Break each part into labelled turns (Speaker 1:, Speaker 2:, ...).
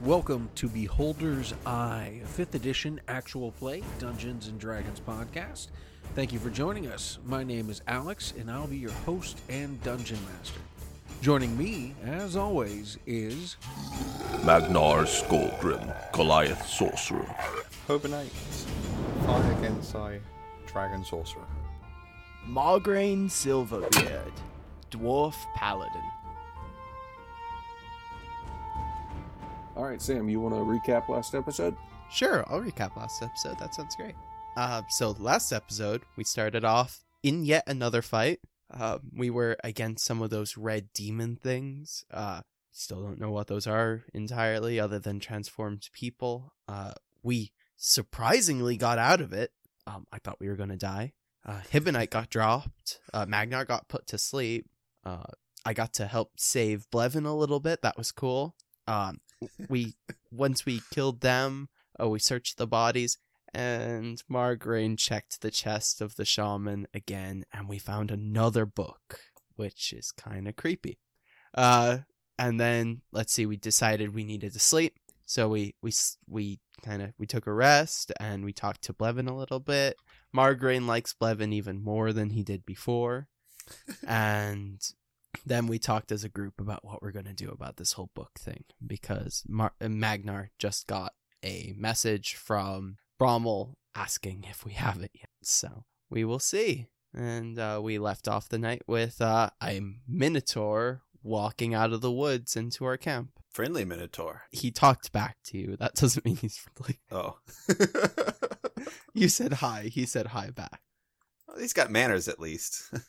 Speaker 1: Welcome to Beholder's Eye, a 5th edition actual play Dungeons and Dragons podcast. Thank you for joining us. My name is Alex, and I'll be your host and dungeon master. Joining me, as always, is
Speaker 2: Magnar Skullgrim, Goliath Sorcerer.
Speaker 3: Hobonite, Fire Gensai, Dragon Sorcerer.
Speaker 4: Margraine Silverbeard, Dwarf Paladin.
Speaker 5: All right, Sam, you want to recap last episode?
Speaker 6: Sure, I'll recap last episode. That sounds great. Uh, so last episode, we started off in yet another fight. Uh, we were against some of those red demon things. Uh, still don't know what those are entirely, other than transformed people. Uh, we surprisingly got out of it. Um, I thought we were gonna die. Uh, Hibonite got dropped. Uh, Magnar got put to sleep. Uh, I got to help save Blevin a little bit. That was cool. Um, we once we killed them, Oh, we searched the bodies, and Margraine checked the chest of the shaman again, and we found another book, which is kind of creepy. Uh, and then let's see, we decided we needed to sleep, so we we s- we kind of we took a rest and we talked to Blevin a little bit. Margraine likes Blevin even more than he did before, and. Then we talked as a group about what we're going to do about this whole book thing because Mar- uh, Magnar just got a message from Brommel asking if we have it yet. So we will see. And uh, we left off the night with uh, a Minotaur walking out of the woods into our camp.
Speaker 7: Friendly Minotaur.
Speaker 6: He talked back to you. That doesn't mean he's friendly.
Speaker 7: Oh.
Speaker 6: You said hi. He said hi back.
Speaker 7: Well, he's got manners at least.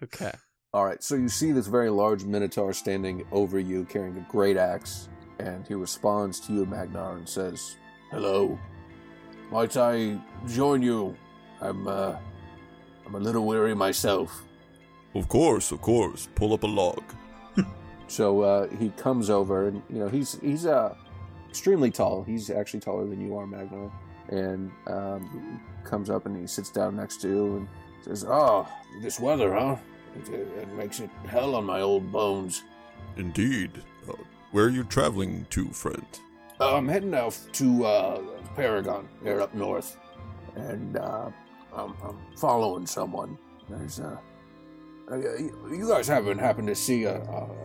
Speaker 6: Okay.
Speaker 5: All right, so you see this very large minotaur standing over you carrying a great axe, and he responds to you, Magnar, and says, Hello. Might I join you? I'm, uh, I'm a little weary myself.
Speaker 2: Of course, of course. Pull up a log.
Speaker 5: So uh, he comes over, and you know he's he's uh, extremely tall. He's actually taller than you are, Magnar. And um, he comes up and he sits down next to you and says, "Oh, this weather, huh? It, it, it makes it hell on my old bones.
Speaker 2: Indeed. Uh, where are you traveling to, friend?
Speaker 5: Uh, I'm heading out to uh, Paragon. They're up north, and uh, I'm, I'm following someone. There's uh, uh, you you guys haven't happened to see a,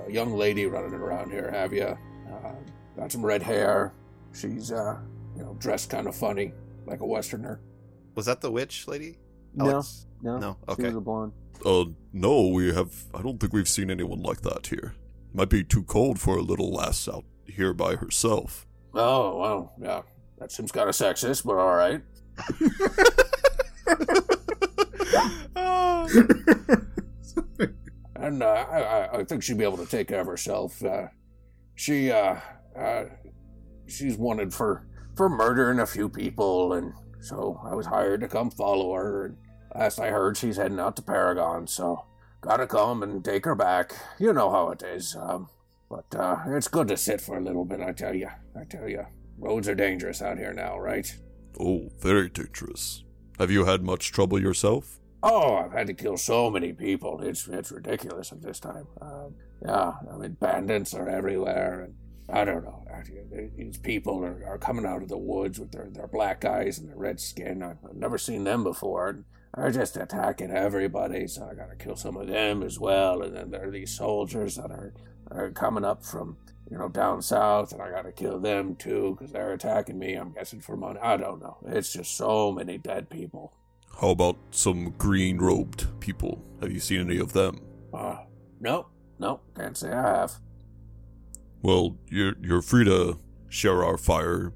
Speaker 5: a young lady running around here, have you? Uh, got some red hair. She's uh, you know, dressed kind of funny, like a Westerner.
Speaker 7: Was that the witch lady?
Speaker 5: No,
Speaker 7: Alex? No. Okay.
Speaker 5: a blonde.
Speaker 2: Uh, no, we have. I don't think we've seen anyone like that here. Might be too cold for a little lass out here by herself.
Speaker 5: Oh well, yeah. That seems kind of sexist, but all right. and uh, I, I- I think she'd be able to take care of herself. Uh, she, uh, uh, she's wanted for for murdering a few people, and so I was hired to come follow her. And last I heard, she's heading out to Paragon, so gotta come and take her back. You know how it is. Um, but uh, it's good to sit for a little bit. I tell you, I tell you, roads are dangerous out here now, right?
Speaker 2: Oh, very dangerous. Have you had much trouble yourself?
Speaker 5: Oh, I've had to kill so many people. It's it's ridiculous at this time. Um, yeah, I mean, bandits are everywhere, and I don't know. Actually, These people are, are coming out of the woods with their, their black eyes and their red skin. I've, I've never seen them before. And they're just attacking everybody, so I gotta kill some of them as well. And then there are these soldiers that are, are coming up from you know down south, and I gotta kill them too because they're attacking me. I'm guessing for money. I don't know. It's just so many dead people.
Speaker 2: How about some green robed people? Have you seen any of them?
Speaker 5: Uh, no, no, can't say I have.
Speaker 2: Well, you're, you're free to share our fire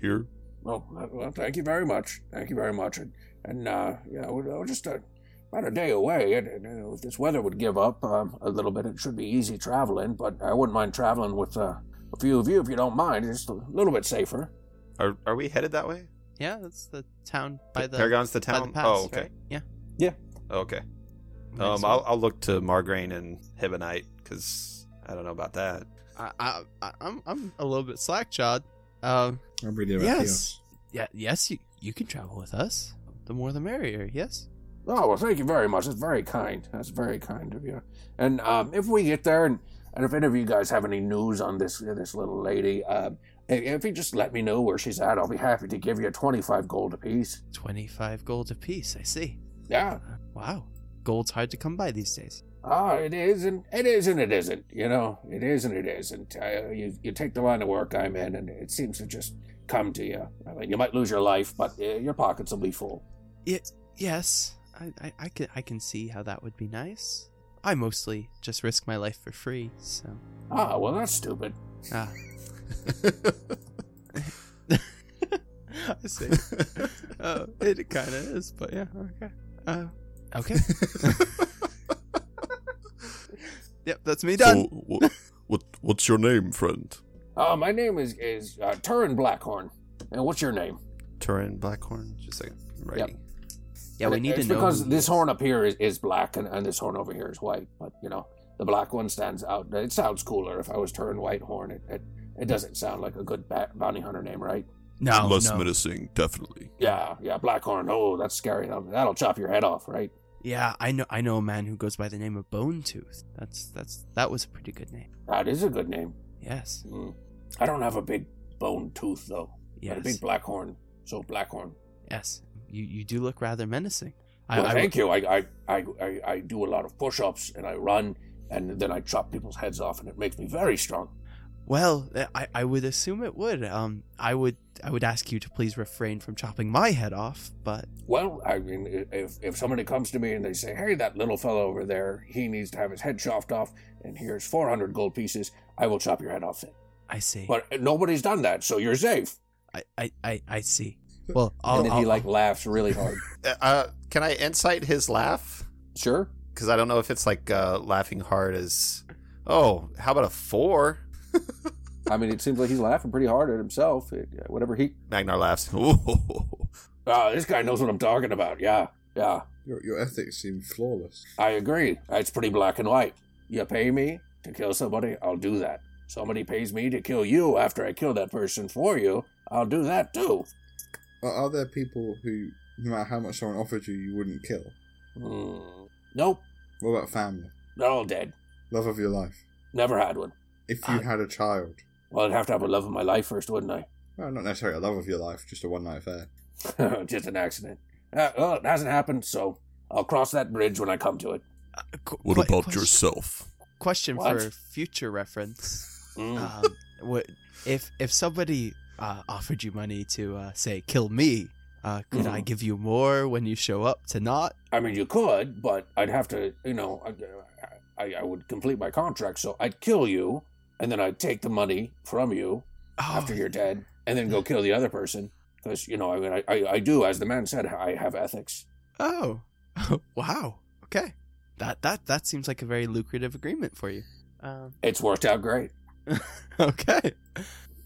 Speaker 2: here.
Speaker 5: Well, uh, well, thank you very much. Thank you very much. And, and uh, you know, we're we're just uh about a day away. And, and, you know, if this weather would give up um, a little bit, it should be easy traveling. But I wouldn't mind traveling with uh, a few of you if you don't mind. It's just a little bit safer.
Speaker 7: Are are we headed that way?
Speaker 6: Yeah, that's the town by the
Speaker 7: Paragon's the
Speaker 6: by
Speaker 7: town.
Speaker 6: the pass,
Speaker 7: oh, okay. Oh,
Speaker 6: right? Yeah.
Speaker 7: Okay.
Speaker 6: Might as
Speaker 7: Um,
Speaker 6: well.
Speaker 7: I'll I'll look to Margraine and Hibonite because I don't know about that.
Speaker 6: I, I, I, I'm I'm a little bit slackjawed. Um,
Speaker 3: I'm really about
Speaker 6: yes, yeah, yes, you you can travel with us. The more the merrier. Yes.
Speaker 5: Oh well, thank you very much. That's very kind. That's very kind of you. And um, if we get there and And if any of you guys have any news on this this little lady, uh, if you just let me know where she's at, I'll be happy to give you 25 gold apiece.
Speaker 6: 25 gold apiece, I see.
Speaker 5: Yeah.
Speaker 6: Wow. Gold's hard to come by these days.
Speaker 5: Ah, it is and it is and it isn't. You know, it is and it isn't. Uh, you you take the line of work I'm in, and it seems to just come to you. I mean, you might lose your life, but uh, your pockets will be full.
Speaker 6: Yes, I, I, I, can, I can see how that would be nice. I mostly just risk my life for free, so.
Speaker 5: Ah, well, that's stupid.
Speaker 6: Ah. I see. uh, it kind of is, but yeah, okay. Uh, okay. Yep, that's me
Speaker 2: So,
Speaker 6: done.
Speaker 2: what, what, what's your name, friend?
Speaker 5: Uh, my name is is uh, Turin Blackhorn. And what's your name?
Speaker 7: Turin Blackhorn. Just a second. I'm Writing.
Speaker 6: yeah,
Speaker 5: And
Speaker 6: we
Speaker 5: it-
Speaker 6: need to
Speaker 5: it's
Speaker 6: know.
Speaker 5: because
Speaker 6: who-
Speaker 5: this horn up here is, is black and, and this horn over here is white. But you know, the black one stands out. It sounds cooler. If I was Turin White Horn, it, it it doesn't sound like a good ba- bounty hunter name, right?
Speaker 6: No,
Speaker 2: Less
Speaker 6: no.
Speaker 2: menacing, definitely.
Speaker 5: Yeah, yeah, Blackhorn. Oh, that's scary. That'll, that'll chop your head off, right?
Speaker 6: Yeah, I know. I know a man who goes by the name of Bone Tooth. That's that's that was a pretty good name.
Speaker 5: That is a good name.
Speaker 6: Yes,
Speaker 5: Mm. I don't have a big bone tooth though, but a
Speaker 6: yes,
Speaker 5: big black horn. So Blackhorn.
Speaker 6: yes. You you do look rather menacing.
Speaker 5: Well,
Speaker 6: I, I
Speaker 5: thank you. I, I, I, I, I do a lot of push-ups and I run and then I chop people's heads off and it makes me very strong.
Speaker 6: well, eh, I I would assume it would. Um, I would I would ask you to please refrain from chopping my head off. But
Speaker 5: Well, I mean, i- if, if somebody comes to me and they say, hey, that little fellow over there, he needs to have his head chopped off and here's 400 gold pieces, I will chop your head off then.
Speaker 6: I see.
Speaker 5: But nobody's done that, so you're safe.
Speaker 6: I, I I I see. Well,
Speaker 5: and
Speaker 6: I'll,
Speaker 5: then
Speaker 6: I'll,
Speaker 5: he like laughs really hard.
Speaker 7: Uh, uh, can I insight his laugh?
Speaker 5: sure.
Speaker 7: Because I don't know if it's like uh, laughing hard as. Oh, how about a four?
Speaker 5: I mean, it seems like he's laughing pretty hard at himself. It, whatever he.
Speaker 7: Magnar laughs.
Speaker 2: Oh,
Speaker 5: Ah, this guy knows what I'm talking about. Yeah, yeah.
Speaker 8: Your, your ethics seem flawless.
Speaker 5: I agree. It's pretty black and white. You pay me to kill somebody, I'll do that. Somebody pays me to kill you after I kill that person for you, I'll do that too.
Speaker 8: Are, are there people who, no matter how much someone offered you, you wouldn't kill?
Speaker 5: Hmm. Nope,
Speaker 8: What about family?
Speaker 5: they're all dead.
Speaker 8: Love of your life?
Speaker 5: Never had one.
Speaker 8: If you
Speaker 6: Uh,
Speaker 8: had a child?
Speaker 5: Well, I'd have to have a love of my life first, wouldn't I?
Speaker 8: Well, not necessarily a love of your life, just a one night affair.
Speaker 5: Just an accident. Uh, well, it hasn't happened, so I'll cross that bridge when I come to it.
Speaker 6: uh, qu-
Speaker 2: what
Speaker 6: que-
Speaker 2: about
Speaker 6: question-
Speaker 2: yourself?
Speaker 6: Question
Speaker 5: What?
Speaker 6: for future reference.
Speaker 5: Mm.
Speaker 6: um, what if if somebody uh, offered you money to uh, say kill me? Uh, could I
Speaker 5: Mhm.
Speaker 6: give you more when you show up to not?
Speaker 5: I mean, you could, but I'd have to, you know, I, I, I would complete my contract, so I'd kill you, and then I'd take the money from you
Speaker 6: Oh,
Speaker 5: after you're dead, and then go kill the other person. Because, you know, I mean, I, I, I do, as the man said, I have ethics.
Speaker 6: Oh, wow. Okay, that that that seems like a very lucrative agreement for you. Um,
Speaker 5: It's worked out great.
Speaker 6: okay.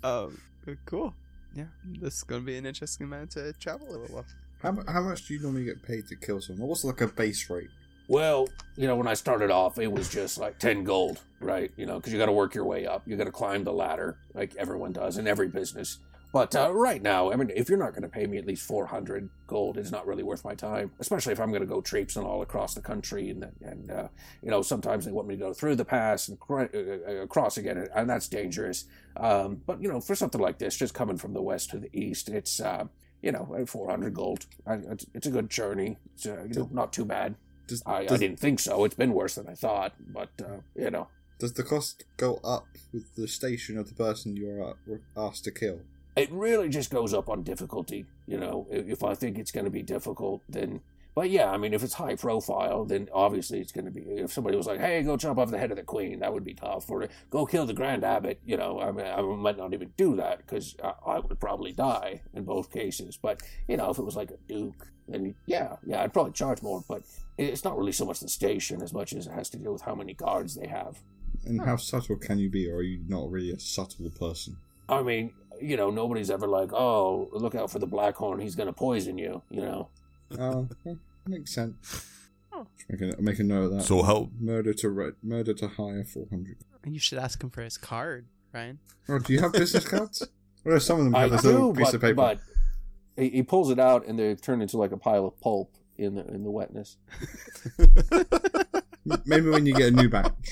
Speaker 6: Um, cool. Yeah, this is gonna be an interesting man to travel a little while.
Speaker 8: How, mu- how much do you normally get paid to kill someone? What's like a base rate?
Speaker 5: Well, you know, when I started off, it was just like 10 gold, right? You know, because you got to work your way up. You got to climb the ladder, like everyone does in every business. But uh, right now, I mean, if you're not going to pay me at least 400 gold, it's not really worth my time, especially if I'm going to go traipsing all across the country. And, and uh, you know, sometimes they want me to go through the pass and cr- uh, uh, across again, and that's dangerous. Um, but, you know, for something like this, just coming from the west to the east, it's, uh, you know, 400 gold. I, it's, it's a good journey. It's, uh, you know, not too bad.
Speaker 8: Does,
Speaker 5: I, I
Speaker 8: does,
Speaker 5: didn't think so. It's been worse than I thought, but uh, you know,
Speaker 8: does the cost go up with the station of the person you're uh, were asked to kill?
Speaker 5: it really just goes up on difficulty. You know, if, if I think it's going to be difficult, then. But yeah, I mean, if it's high profile, then obviously it's going to be. If somebody was like, "Hey, go chop off the head of the queen," that would be tough. Or go kill the grand abbot. You know, I mean, I might not even do that because I, I would probably die in both cases. But you know, if it was like a duke, then yeah, yeah, I'd probably charge more. But it's not really so much the station as much as it has to do with how many guards they have.
Speaker 8: And how subtle can you be, or are you not really a subtle person?
Speaker 5: I mean, you know, nobody's ever like, oh, look out for the black horn, he's going to poison you, you know.
Speaker 8: Oh, well, makes sense. Make a, make a note of that.
Speaker 2: So how?
Speaker 8: murder to re- murder to hire four hundred.
Speaker 6: You should ask him for his card, Ryan.
Speaker 8: Oh, do you have business cards? Well, some of them
Speaker 5: I
Speaker 8: have this little
Speaker 5: do,
Speaker 8: piece
Speaker 5: but,
Speaker 8: of paper.
Speaker 5: but he, he pulls it out and they turn into like a pile of pulp in the in the wetness.
Speaker 8: M- Maybe when you get a new batch.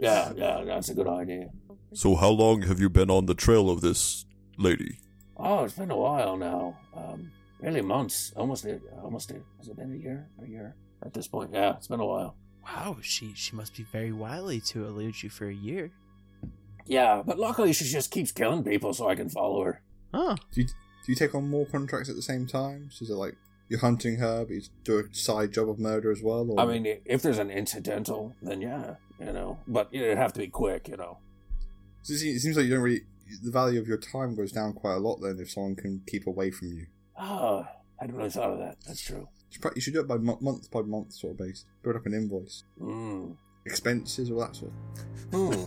Speaker 5: Yeah, yeah, that's a good idea.
Speaker 2: So, how long have you been on the trail of this lady?
Speaker 5: Oh, it's been a while now. Um, really months, almost, a, almost. A, has it been a year? A year at this point? Yeah, it's been a while.
Speaker 6: Wow, she she must be very wily to elude you for a year.
Speaker 5: Yeah, but luckily she just keeps killing people, so I can follow her.
Speaker 6: Huh.
Speaker 8: Do you take on more contracts at the same time? So is it like you're hunting her, but you do a side job of murder as well? Or
Speaker 5: I mean, i- if there's an incidental, then yeah, you know. But it'd have to be quick, you know.
Speaker 8: So it seems it seems like you don't really. The value of your time goes down quite a lot then if someone can keep away from you.
Speaker 5: Oh, I hadn't really thought of that. That's true.
Speaker 8: You should, pro- you should do it by mo- month by month sort of base. Build up an invoice,
Speaker 5: Mm.
Speaker 8: expenses, all that sort.
Speaker 5: Hmm.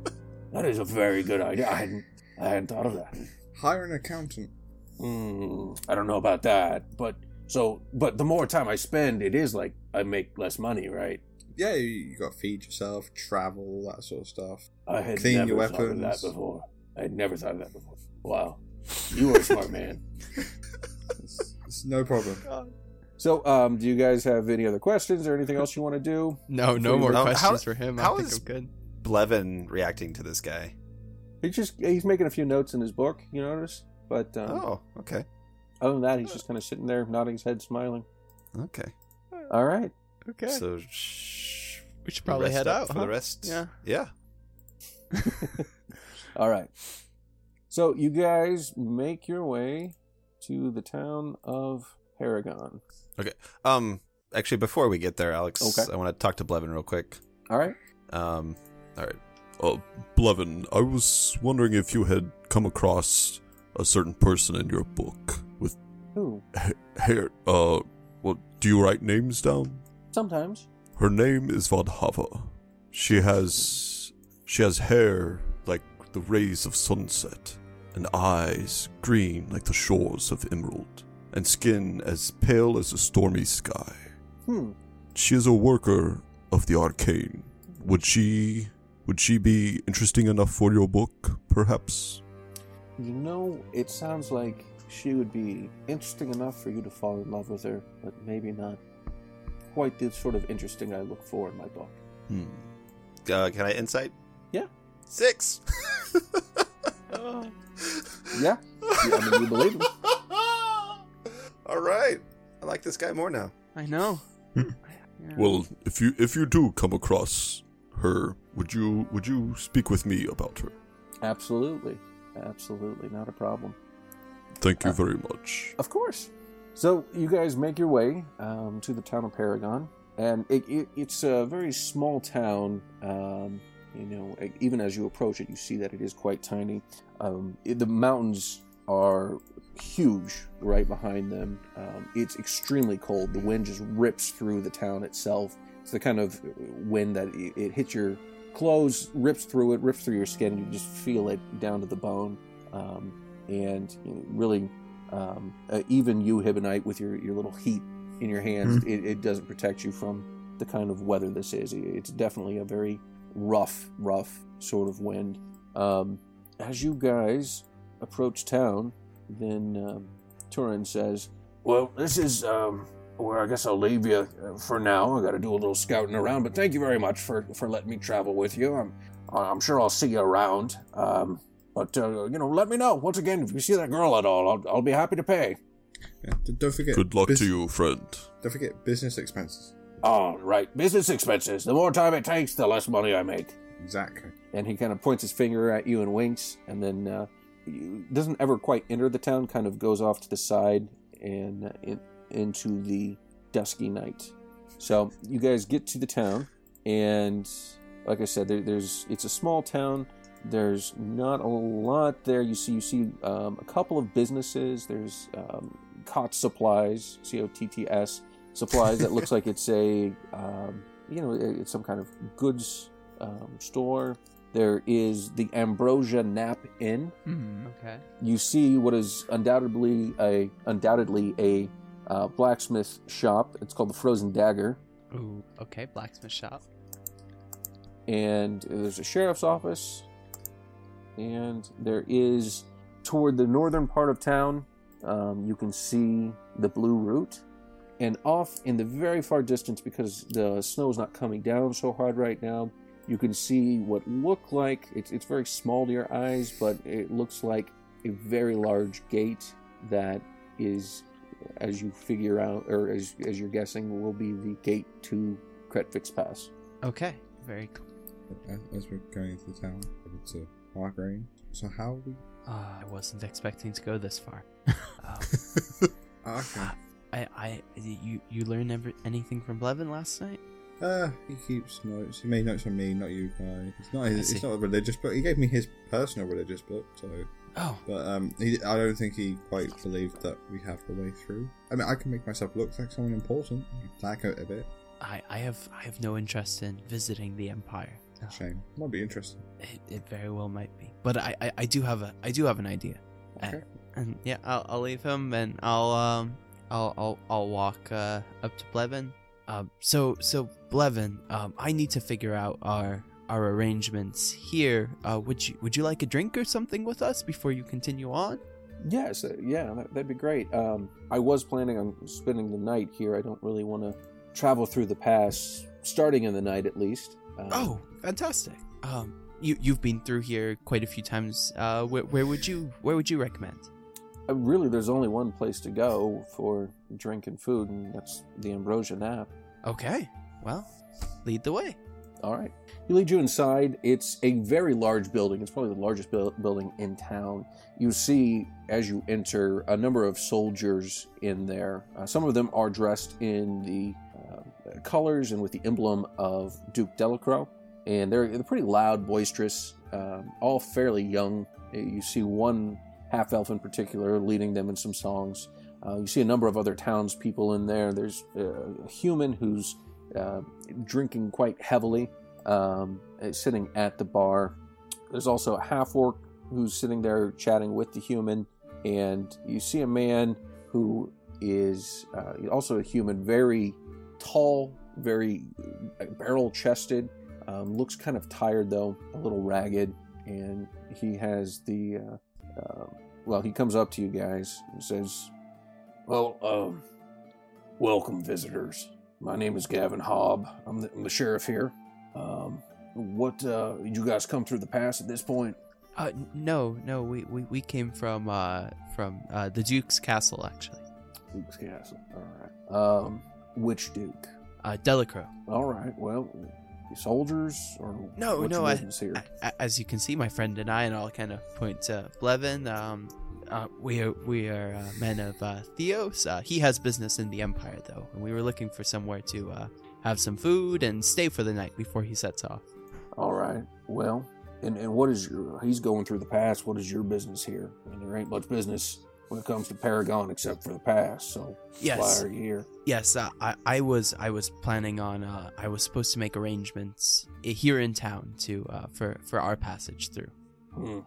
Speaker 5: that is a very good idea. I hadn't, I hadn't thought of that.
Speaker 8: Hire an accountant.
Speaker 5: Hmm. I don't know about that, but so, but the more time I spend, it is like I make less money, right?
Speaker 8: Yeah, you, you got to feed yourself, travel, all that sort of stuff.
Speaker 5: I had
Speaker 8: Clean
Speaker 5: never
Speaker 8: your
Speaker 5: thought of that
Speaker 8: weapons.
Speaker 5: before. I had never thought of that before. Wow, you are a smart man.
Speaker 8: It's, it's no problem.
Speaker 5: So, um, do you guys have any other questions or anything else you want to do?
Speaker 6: No, no more
Speaker 7: How-
Speaker 6: questions
Speaker 7: how-
Speaker 6: for him. I
Speaker 7: how
Speaker 6: think
Speaker 7: is-
Speaker 6: I'm good.
Speaker 7: Blevin reacting to this guy.
Speaker 5: He's just he's making a few notes in his book. You notice, but um,
Speaker 7: Oh, okay.
Speaker 5: other than that, he's just kind of sitting there, nodding his head, smiling.
Speaker 7: Okay.
Speaker 5: All right.
Speaker 6: Okay.
Speaker 7: So shh,
Speaker 6: we should probably
Speaker 7: rest
Speaker 6: head
Speaker 7: up
Speaker 6: out.
Speaker 7: for
Speaker 6: huh?
Speaker 7: the rest.
Speaker 6: Yeah.
Speaker 7: Yeah.
Speaker 5: All right. So you guys make your way to the town of Paragon.
Speaker 7: Um actually before we get there, Alex,
Speaker 5: Okay.
Speaker 7: I want to talk to Blevin real quick.
Speaker 5: All right.
Speaker 7: Um all right.
Speaker 2: Blevin, I was wondering if you had come across a certain person in your book with
Speaker 5: Who?
Speaker 2: hair. Uh, well, do you write names down?
Speaker 5: Sometimes.
Speaker 2: Her name is Vadhava. She has she has hair like the rays of sunset, and eyes green like the shores of emerald, and skin as pale as a stormy sky.
Speaker 5: Hmm.
Speaker 2: She is a worker of the arcane. Would she would she be interesting enough for your book, perhaps?
Speaker 5: You know, it sounds like she would be interesting enough for you to fall in love with her, but maybe not quite the sort of interesting I look for in my book.
Speaker 2: Hmm.
Speaker 7: Uh, can I insight?
Speaker 5: Yeah. Oh.
Speaker 7: 6.
Speaker 5: Yeah. I mean, you believe him.
Speaker 7: All right. I like this guy more now.
Speaker 6: I know.
Speaker 2: Hmm.
Speaker 6: Yeah.
Speaker 2: Well, if you if you do come across her, would you would you speak with me about her?
Speaker 5: Absolutely. Absolutely. Not a problem.
Speaker 2: Thank you
Speaker 5: Uh,
Speaker 2: very much.
Speaker 5: Of course. So you guys make your way um, to the town of Paragon, and it, it, it's a very small town. Um, you know, e- even as you approach it, you see that it is quite tiny. Um, it- the mountains are huge right behind them. Um, it's extremely cold. The wind just rips through the town itself. It's the kind of wind that it, it hits your clothes, rips through it, rips through your skin. and You just feel it down to the bone, um, and you know, really um, uh, even you, Hibonite, with your, your little heat in your hands, it, it doesn't protect you from the kind of weather this is. It- It's definitely a very rough, rough sort of wind. Um, as you guys approach town, then um, Turin says, Well, this is um, where I guess I'll leave you uh, for now. I got to do a little scouting around, but thank you very much for, for letting me travel with you. I'm, I'm sure I'll see you around. Um, but uh, you know, let me know once again if you see that girl at all. I'll, I'll be happy to pay.
Speaker 8: Yeah. d- Don't forget.
Speaker 2: Good luck
Speaker 8: bus-
Speaker 2: to you, friend.
Speaker 8: Don't forget business expenses.
Speaker 5: All right, business expenses. The more time it takes, the less money I make.
Speaker 8: Exactly.
Speaker 5: And he kind of points his finger at you and winks, and then uh, you- doesn't ever quite enter the town. Kind of goes off to the side and uh, in, into the dusky night. So you guys get to the town, and like I said, there, there's it's a small town. There's not a lot there. You see, you see um, a couple of businesses. There's um, Cot Supplies, C O T T S Supplies. That looks like it's a um, you know it- it's some kind of goods um, store. There is the Ambrosia Nap Inn
Speaker 6: Hmm, okay.
Speaker 5: you see what is undoubtedly a undoubtedly a uh, blacksmith shop. It's called the Frozen Dagger,
Speaker 6: Ooh. Okay. Blacksmith shop.
Speaker 5: and there's a sheriff's office, and there is toward the northern part of town. Um, you can see the blue route, and off in the very far distance, because the snow's not coming down so hard right now, You can see what look like it's it's very small to your eyes, but it looks like a very large gate that is, as you figure out or as as you're guessing, will be the gate to Kretvix Pass.
Speaker 6: Okay, very cool.
Speaker 8: As, as we're going into the town, over to Margarine. So how are we?
Speaker 6: Uh, I wasn't expecting to go this far. Um,
Speaker 8: Ah, okay.
Speaker 6: I, I, you, you learn ever, anything from Blevin last night?
Speaker 8: Uh, he keeps notes. He made notes on me, not you guys. It's not. His,
Speaker 6: I
Speaker 8: it's
Speaker 6: see.
Speaker 8: not a religious book. He gave me his personal religious book. So,
Speaker 6: Oh,
Speaker 8: but um, he, I don't think he quite believed that we have the way through. I mean, I can make myself look like someone important. Black out a bit.
Speaker 6: I, I have, I have no interest in visiting the Empire.
Speaker 2: Ah.
Speaker 6: Uh,
Speaker 8: Shame. Might be interesting.
Speaker 6: It, it very well might be, but I, I, I do have a, I do have an idea. Uh,
Speaker 8: Okay.
Speaker 6: And yeah, I'll, I'll leave him, and I'll, um, I'll, I'll, I'll walk uh, up to Blevin. Um, so, so Blevin, um, I need to figure out our, our arrangements here. Uh, would you, would you like a drink or something with us before you continue on?
Speaker 5: Yes, uh, yeah, that, that'd be great. Um, I was planning on spending the night here. I don't really want to travel through the pass, starting in the night at least. Um,
Speaker 6: Oh, fantastic. Um, you you've been through here quite a few times. Uh, where, where would you where would you recommend?
Speaker 5: Uh, really, there's only one place to go for drink and food, and that's the Ambrosia Nap.
Speaker 6: Okay, well, lead the way.
Speaker 5: All right. He leads you inside. It's a very large building. It's probably the largest buil- building in town. You see, as you enter, a number of soldiers in there. Uh, some of them are dressed in the uh, colors and with the emblem of Duke Delacroix. And they're, they're pretty loud, boisterous, um, all fairly young. Uh, You see one half elf in particular leading them in some songs. Uh, you see a number of other townspeople in there. There's uh, a human who's uh, drinking quite heavily, um, uh, sitting at the bar. There's also a half orc who's sitting there chatting with the human, and you see a man who is uh, also a human, very tall, very barrel chested, um, looks kind of tired though, a little ragged, and he has the. Uh, um well, he comes up to you guys and says, Well, um, welcome, visitors. My name is Gavin Hobb. I'm the, I'm the sheriff here. Um, what, uh, you guys come through the pass at this point?
Speaker 6: Uh, n- no, no, we, we, we came from uh from uh, the Duke's castle actually.
Speaker 5: Duke's Castle. All right. Um, which Duke?
Speaker 6: Uh, Delacro.
Speaker 5: All right. Well, you soldiers or
Speaker 6: No,
Speaker 5: what's
Speaker 6: no,
Speaker 5: your
Speaker 6: I-
Speaker 5: business here?
Speaker 6: As you can see, my friend and I, and I'll kind of point to Blevin. Um, uh, we are we are uh, men of uh, Theos. Uh, he has business in the Empire though, and we were looking for somewhere to uh, have some food and stay for the night before he sets off.
Speaker 5: All right. Well, and, and what is your? He's going through the pass. What is your business here? And there ain't much business when it comes to Paragon except for the pass. So
Speaker 6: Yes.
Speaker 5: why are you here?
Speaker 6: Yes, uh, I, I was I was planning on uh, I was supposed to make arrangements i- here in town to uh, for for our passage through.
Speaker 5: Hmm.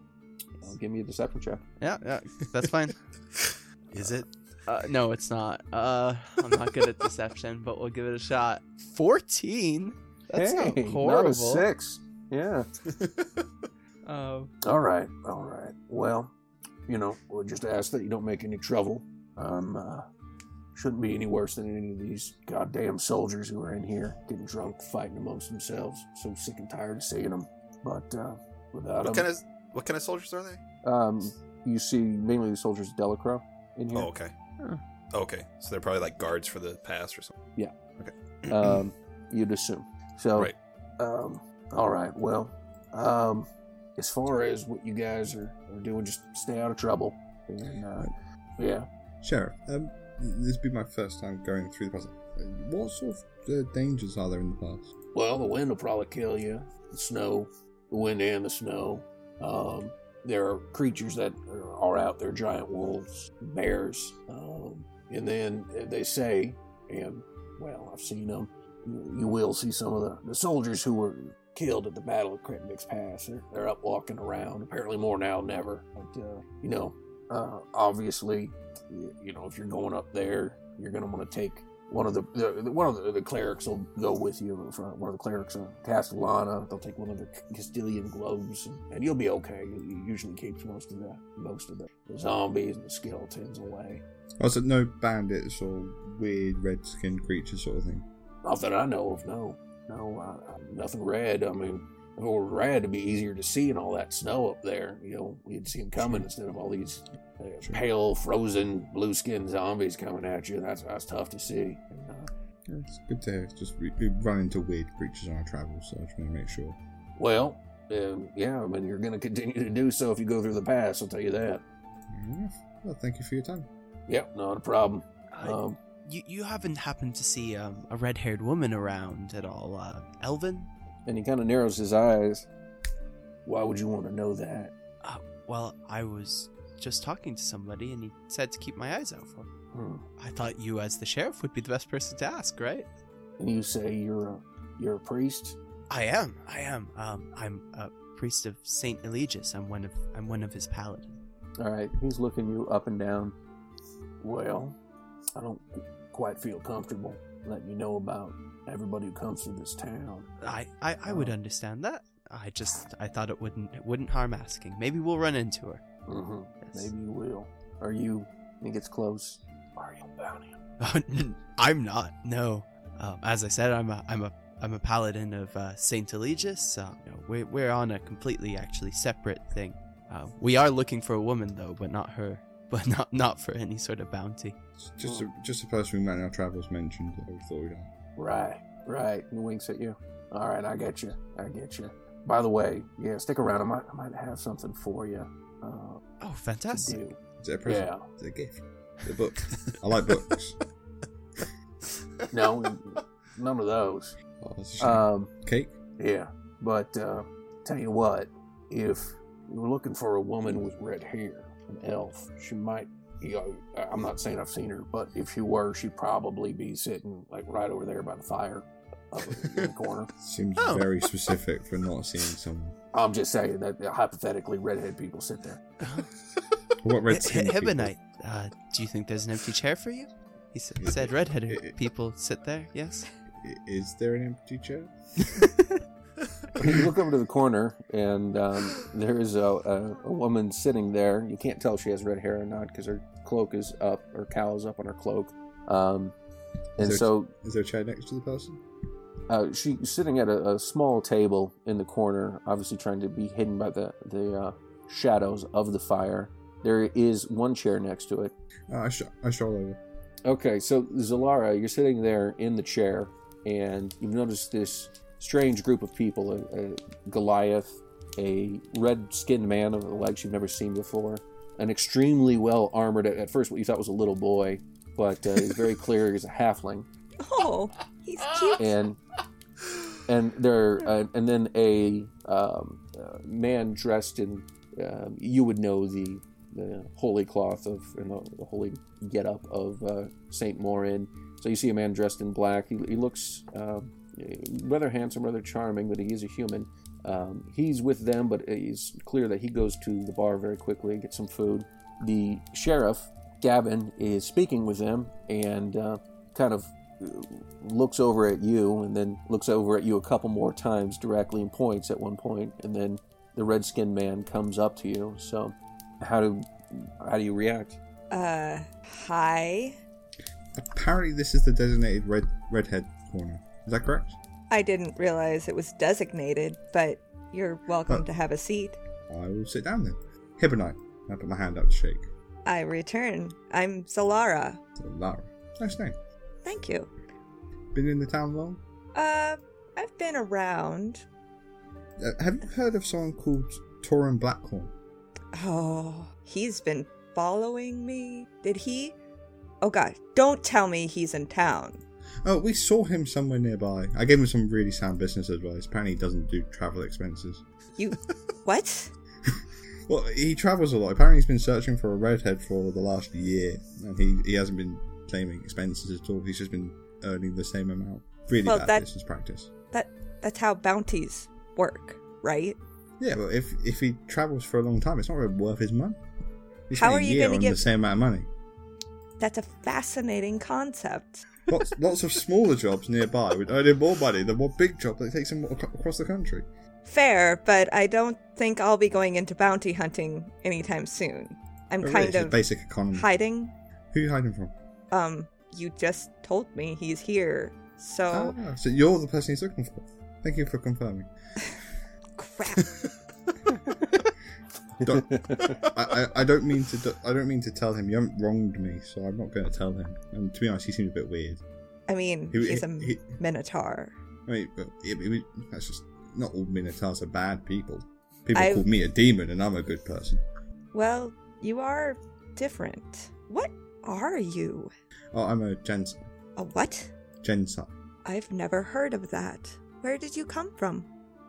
Speaker 5: Well, give me a deception check.
Speaker 6: Yeah, yeah that's fine.
Speaker 7: Is it?
Speaker 6: Uh, no, it's not. Uh, I'm not good at deception, but we'll give it a shot. Fourteen. That's
Speaker 5: hey,
Speaker 6: not horrible.
Speaker 5: Not a six. Yeah.
Speaker 6: Oh,
Speaker 5: All right, all right. Well, you know, we'll just ask that you don't make any trouble. Um, uh, shouldn't be any worse than any of these goddamn soldiers who are in here getting drunk, fighting amongst themselves. So sick and tired of seeing them. But uh, without them,
Speaker 7: What kind of what kind of soldiers are they?
Speaker 5: um, you see mainly the soldiers of Delacro in here.
Speaker 7: Oh, okay.
Speaker 6: Huh.
Speaker 7: Okay, so they're probably like guards for the pass or something.
Speaker 5: Yeah.
Speaker 7: Okay.
Speaker 5: um, you'd assume. So,
Speaker 7: Oh. Right.
Speaker 5: um, all right. Well, um, as far as what you guys are, are doing, just stay out of trouble. And, uh, yeah.
Speaker 8: Sheriff, um, this would be my first time going through the past. Uh, What sort of uh, dangers are there in the past?
Speaker 5: Well, the wind will probably kill you. The snow, the wind and the snow. Um, there are creatures that are- are out there giant wolves, bears. Um, and then they say, and well, I've seen them. You will see some of the, the soldiers who were killed at the Battle of Kretnix Pass. They're, they're up walking around, apparently more now than ever. But, uh, you know, uh, obviously, y- you know, if you're going up there, you're going to want to take one of the, the the- one of the, the clerics will go with you in front. One of the clerics of Castellana. They'll take one of the Castilian globes, and you'll be okay. It usually keeps most of the most of the, the zombies and the skeletons away.
Speaker 8: Oh, so no bandits or weird red-skinned creatures sort of thing.
Speaker 5: Not that I know of, no. know, uh, nothing red. I mean, if it were red, it'd be easier to see in all that snow up there. You know, you'd see them coming instead of all these uh, pale, frozen, blue skinned zombies coming at you. That's, that's tough to see. And, uh,
Speaker 8: Yeah, it's good to just we, we run into weird creatures on our travels, so I just want to make sure.
Speaker 5: well, um, yeah, I mean, you're going to continue to do so if you go through the pass, I'll tell you that.
Speaker 8: Fair enough. Well, thank you for your time.
Speaker 5: Yep, not a problem.
Speaker 6: Uh,
Speaker 5: Um,
Speaker 6: you, you haven't happened to see um, a red haired woman around at all, uh, Elvin?
Speaker 5: and he kind of narrows his eyes. Why would you want to know that?
Speaker 6: Uh, well, I was just talking to somebody and he said to keep my eyes out for. her.
Speaker 5: Hmm.
Speaker 6: I thought you, as the sheriff, would be the best person to ask, right?
Speaker 5: And you say you're a you're a priest.
Speaker 6: I am. I am. Um, I'm a priest of Saint Eligius. I'm one of. I'm one of his paladins.
Speaker 5: All right, he's looking you up and down. Well, I don't quite feel comfortable letting you know about everybody who comes to this town.
Speaker 6: I, I, I would
Speaker 5: Oh.
Speaker 6: understand that. I just I thought it wouldn't it wouldn't harm asking. Maybe we'll run into her.
Speaker 5: Mm-hmm.
Speaker 6: Yes.
Speaker 5: Maybe you will. Are you? He gets close. Are you bound him?
Speaker 6: Oh, I'm not. No. Um, as I said, I'm a I'm a I'm a paladin of uh, Saint Eligius. Uh, you know, we're we're on a completely actually separate thing. Uh, we are looking for a woman though, but not her. But not not for any sort of bounty.
Speaker 8: It's Just a, just a person we met in our travels mentioned that we thought we'd ask.
Speaker 5: Right, right. He winks at you. All right, I get you. I get you. By the way, yeah, stick around. I might, I might have something for you uh,
Speaker 6: Oh,
Speaker 5: to
Speaker 6: fantastic!
Speaker 5: do.
Speaker 8: Is it a present?
Speaker 5: Yeah.
Speaker 8: Is it a gift? Is it a book? I like books.
Speaker 5: No, none of those.
Speaker 8: Oh, that's a shame.
Speaker 5: Um,
Speaker 8: Cake?
Speaker 5: Yeah, but uh, tell you what, if you're looking for a woman with red hair, an elf, she might. You know, I'm not saying I've seen her, but if she were, she'd probably be sitting like right over there by the fire, up in the corner.
Speaker 8: Seems
Speaker 6: Oh.
Speaker 8: very specific for not seeing someone.
Speaker 5: I'm just saying that hypothetically, redhead people sit there.
Speaker 8: What red
Speaker 6: He-
Speaker 8: skin?
Speaker 6: he- Hibonite, uh, do you think there's an empty chair for you? He s- said, "Redheaded people sit there." Yes.
Speaker 8: Is there an empty chair?
Speaker 5: you look over to the corner, and um, there is a, a, a woman sitting there. You can't tell if she has red hair or not because her cloak is up, her cowl is up on her cloak. Um, and
Speaker 8: Is there-
Speaker 5: so
Speaker 8: Is there a chair next to the person?
Speaker 5: uh, she's sitting at a, a small table in the corner, obviously trying to be hidden by the the uh, shadows of the fire. There is one chair next to it.
Speaker 8: Uh, I, sh- I stroll over.
Speaker 5: Okay, so Zalara, you're sitting there in the chair, and you've noticed this strange group of people: a, a Goliath, a red-skinned man of the legs you've never seen before, an extremely well-armored. At first, what you thought was a little boy, but uh, it's very clear he's a halfling.
Speaker 9: Oh, he's cute.
Speaker 5: and and there uh, and then a um, uh, man dressed in um you would know the the holy cloth of and the, the holy get up of uh, Saint Morin. So you see a man dressed in black. He, he looks um rather handsome, rather charming, but he is a human. Um, he's with them, but it's clear that he goes to the bar very quickly, get some food. The sheriff Gavin is speaking with them and uh, kind of looks over at you and then looks over at you a couple more times directly and points at one point and then the red-skinned man comes up to you so how do how do you react
Speaker 9: Uh, hi.
Speaker 8: Apparently, this is the designated red redhead corner. Is that correct?
Speaker 9: I didn't realize it was designated, but you're welcome
Speaker 8: Huh.
Speaker 9: to have a seat.
Speaker 8: I will sit down then. Hibonite. I put my hand up to shake.
Speaker 9: I return. I'm Solara.
Speaker 8: So, Lara. Nice name.
Speaker 9: Thank you.
Speaker 8: Been in the town long?
Speaker 9: Uh, I've been around.
Speaker 8: Uh, have you heard of someone called Torin Blackhorn?
Speaker 9: Oh, he's been following me. Did he? Oh gosh, don't tell me he's in town.
Speaker 8: Oh, we saw him somewhere nearby. I gave him some really sound business advice. Apparently, he doesn't do travel expenses.
Speaker 9: You what?
Speaker 8: Well, he travels a lot. Apparently, he's been searching for a redhead for the last year, and he, he hasn't been claiming expenses at all. He's just been earning the same amount. Really
Speaker 9: Well,
Speaker 8: bad
Speaker 9: that-
Speaker 8: business practice.
Speaker 9: That that's how bounties work, right?
Speaker 8: Yeah, but if if he travels for a long time, it's not really worth his money. He
Speaker 9: How
Speaker 8: spent
Speaker 9: are
Speaker 8: a
Speaker 9: you
Speaker 8: year
Speaker 9: gonna
Speaker 8: on the
Speaker 9: give-
Speaker 8: same amount of money?
Speaker 9: That's a fascinating concept.
Speaker 8: Lots, lots of smaller jobs nearby would earn him more money than one big job that takes him ac- across the country.
Speaker 9: Fair, but I don't think I'll be going into bounty hunting anytime soon. I'm
Speaker 8: Oh, really?
Speaker 9: kind
Speaker 8: It's a
Speaker 9: of
Speaker 8: basic economy.
Speaker 9: hiding.
Speaker 8: Who are you hiding from?
Speaker 9: Um, you just told me he's here, So,
Speaker 8: Ah, so you're the person he's looking for. Thank you for confirming.
Speaker 9: crap.
Speaker 8: Don't, I, I, I don't mean to. do- I don't mean to tell him you haven't wronged me, so I'm not going to tell him. And to be honest, he seemed a bit weird.
Speaker 9: I mean,
Speaker 8: He-
Speaker 9: he's a
Speaker 8: he-
Speaker 9: minotaur.
Speaker 8: I mean, but it, it, was- that's just not all minotaurs are bad people. People
Speaker 9: I've-
Speaker 8: call me a demon, and I'm a good person.
Speaker 9: Well, you are different. What are you?
Speaker 8: Oh, I'm a gens
Speaker 9: A what?
Speaker 8: gensai.
Speaker 9: I've never heard of that. Where did you come from?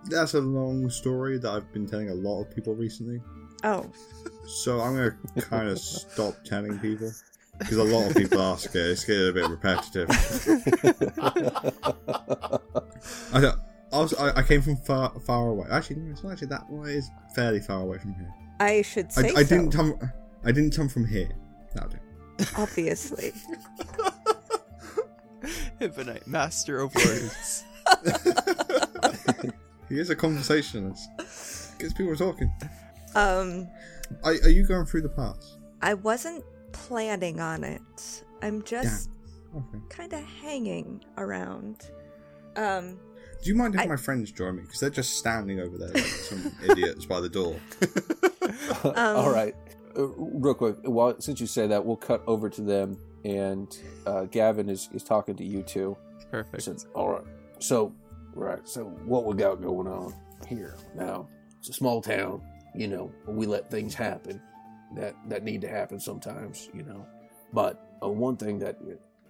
Speaker 8: That's a long story that I've been telling a lot of people recently.
Speaker 9: Oh,
Speaker 8: So I'm gonna kind of stop telling people because a lot of people ask it. It's getting a bit repetitive. I, don't- I, was, I, I came from far far away. Actually, no, it's not actually that way. It's fairly far away from here.
Speaker 9: I should
Speaker 8: I,
Speaker 9: say
Speaker 8: I
Speaker 9: so.
Speaker 8: didn't come. I didn't come from here. That'll do.
Speaker 9: obviously.
Speaker 6: Hibonite, master of words.
Speaker 8: He is a conversationalist. Gets people talking.
Speaker 9: um,
Speaker 8: Are, are you going through the pass?
Speaker 9: I wasn't planning on it. I'm just
Speaker 8: Okay.
Speaker 9: kind of hanging around. Um,
Speaker 8: Do you mind if
Speaker 9: I-
Speaker 8: my friends join me? Because they're just standing over there like some idiots by the door.
Speaker 1: All right. Uh, real quick, while, since you say that, we'll cut over to them, and uh, Gavin is, is talking to you two. I
Speaker 6: Perfect.
Speaker 1: said, all right. So, right. So, what we got going on here now? It's a small town. You know, we let things happen that that need to happen sometimes. You know, but uh, one thing that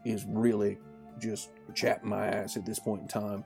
Speaker 1: is really just chapping my ass at this point in time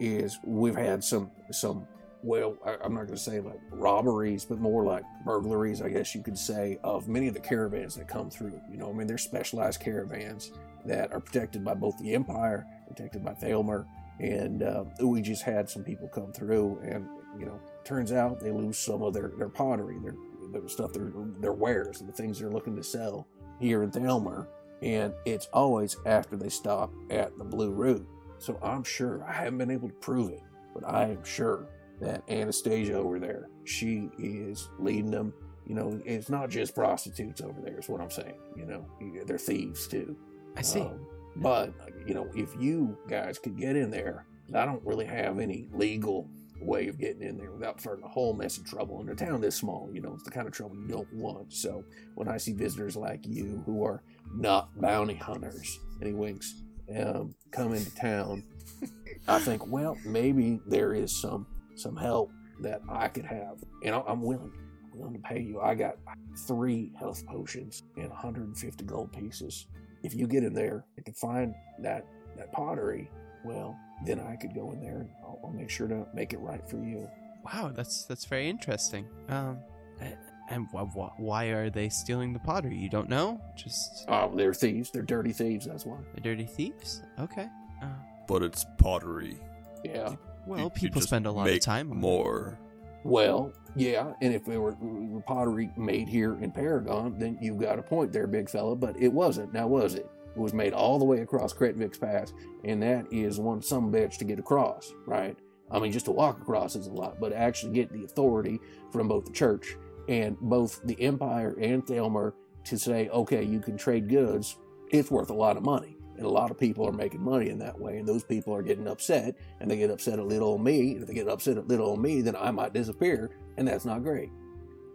Speaker 1: is we've had some some. Well, I, I'm not going to say like robberies, but more like burglaries, I guess you could say, of many of the caravans that come through. You know, I mean, they're specialized caravans that are protected by both the Empire, protected by Thalmor, and uh, we just had some people come through, and you know, turns out they lose some of their, their pottery, their, their stuff, their their wares, and the things they're looking to sell here in Thalmor, and it's always after they stop at the Blue Root. So I'm sure I haven't been able to prove it, but I am sure that Anastasia over there, she is leading them. You know, it's not just prostitutes over there. Is what I'm saying. You know, they're thieves too.
Speaker 6: I see.
Speaker 1: Um, but you know, if you guys could get in there, I don't really have any legal way of getting in there without starting a whole mess of trouble. And the town this small, you know, it's the kind of trouble you don't want. So when I see visitors like you who are not bounty hunters, and he winks, um, come into town, I think, well, maybe there is some some help that I could have, and I- I'm willing. I'm willing to pay you. I got three health potions and 150 gold pieces if you get in there and can find that that pottery, well, then I could go in there and I'll, I'll make sure to make it right for you.
Speaker 6: Wow, that's that's very interesting. Um, a- and wh- wh- why are they stealing the pottery? You don't know? Just
Speaker 1: Oh, they're thieves. They're dirty thieves. That's why.
Speaker 6: the dirty thieves? Okay. Uh,
Speaker 2: but it's pottery.
Speaker 1: Yeah.
Speaker 6: well,
Speaker 2: You- you
Speaker 6: people
Speaker 2: just
Speaker 6: spend a lot of
Speaker 2: make
Speaker 6: time on it.
Speaker 2: More.
Speaker 1: Well, yeah. And if they were were pottery made here in Paragon, then you got a point there, big fella. But it wasn't. Now was it? It was made all the way across Kretvik's Pass, and that is one some bitch to get across, right? I mean, just to walk across is a lot, but to actually get the authority from both the church and both the Empire and Thelmer to say, okay, you can trade goods, it's worth a lot of money. And a lot of people are making money in that way. And those people are getting upset. And they get upset at little old me. And if they get upset at little old me, then I might disappear. And that's not great.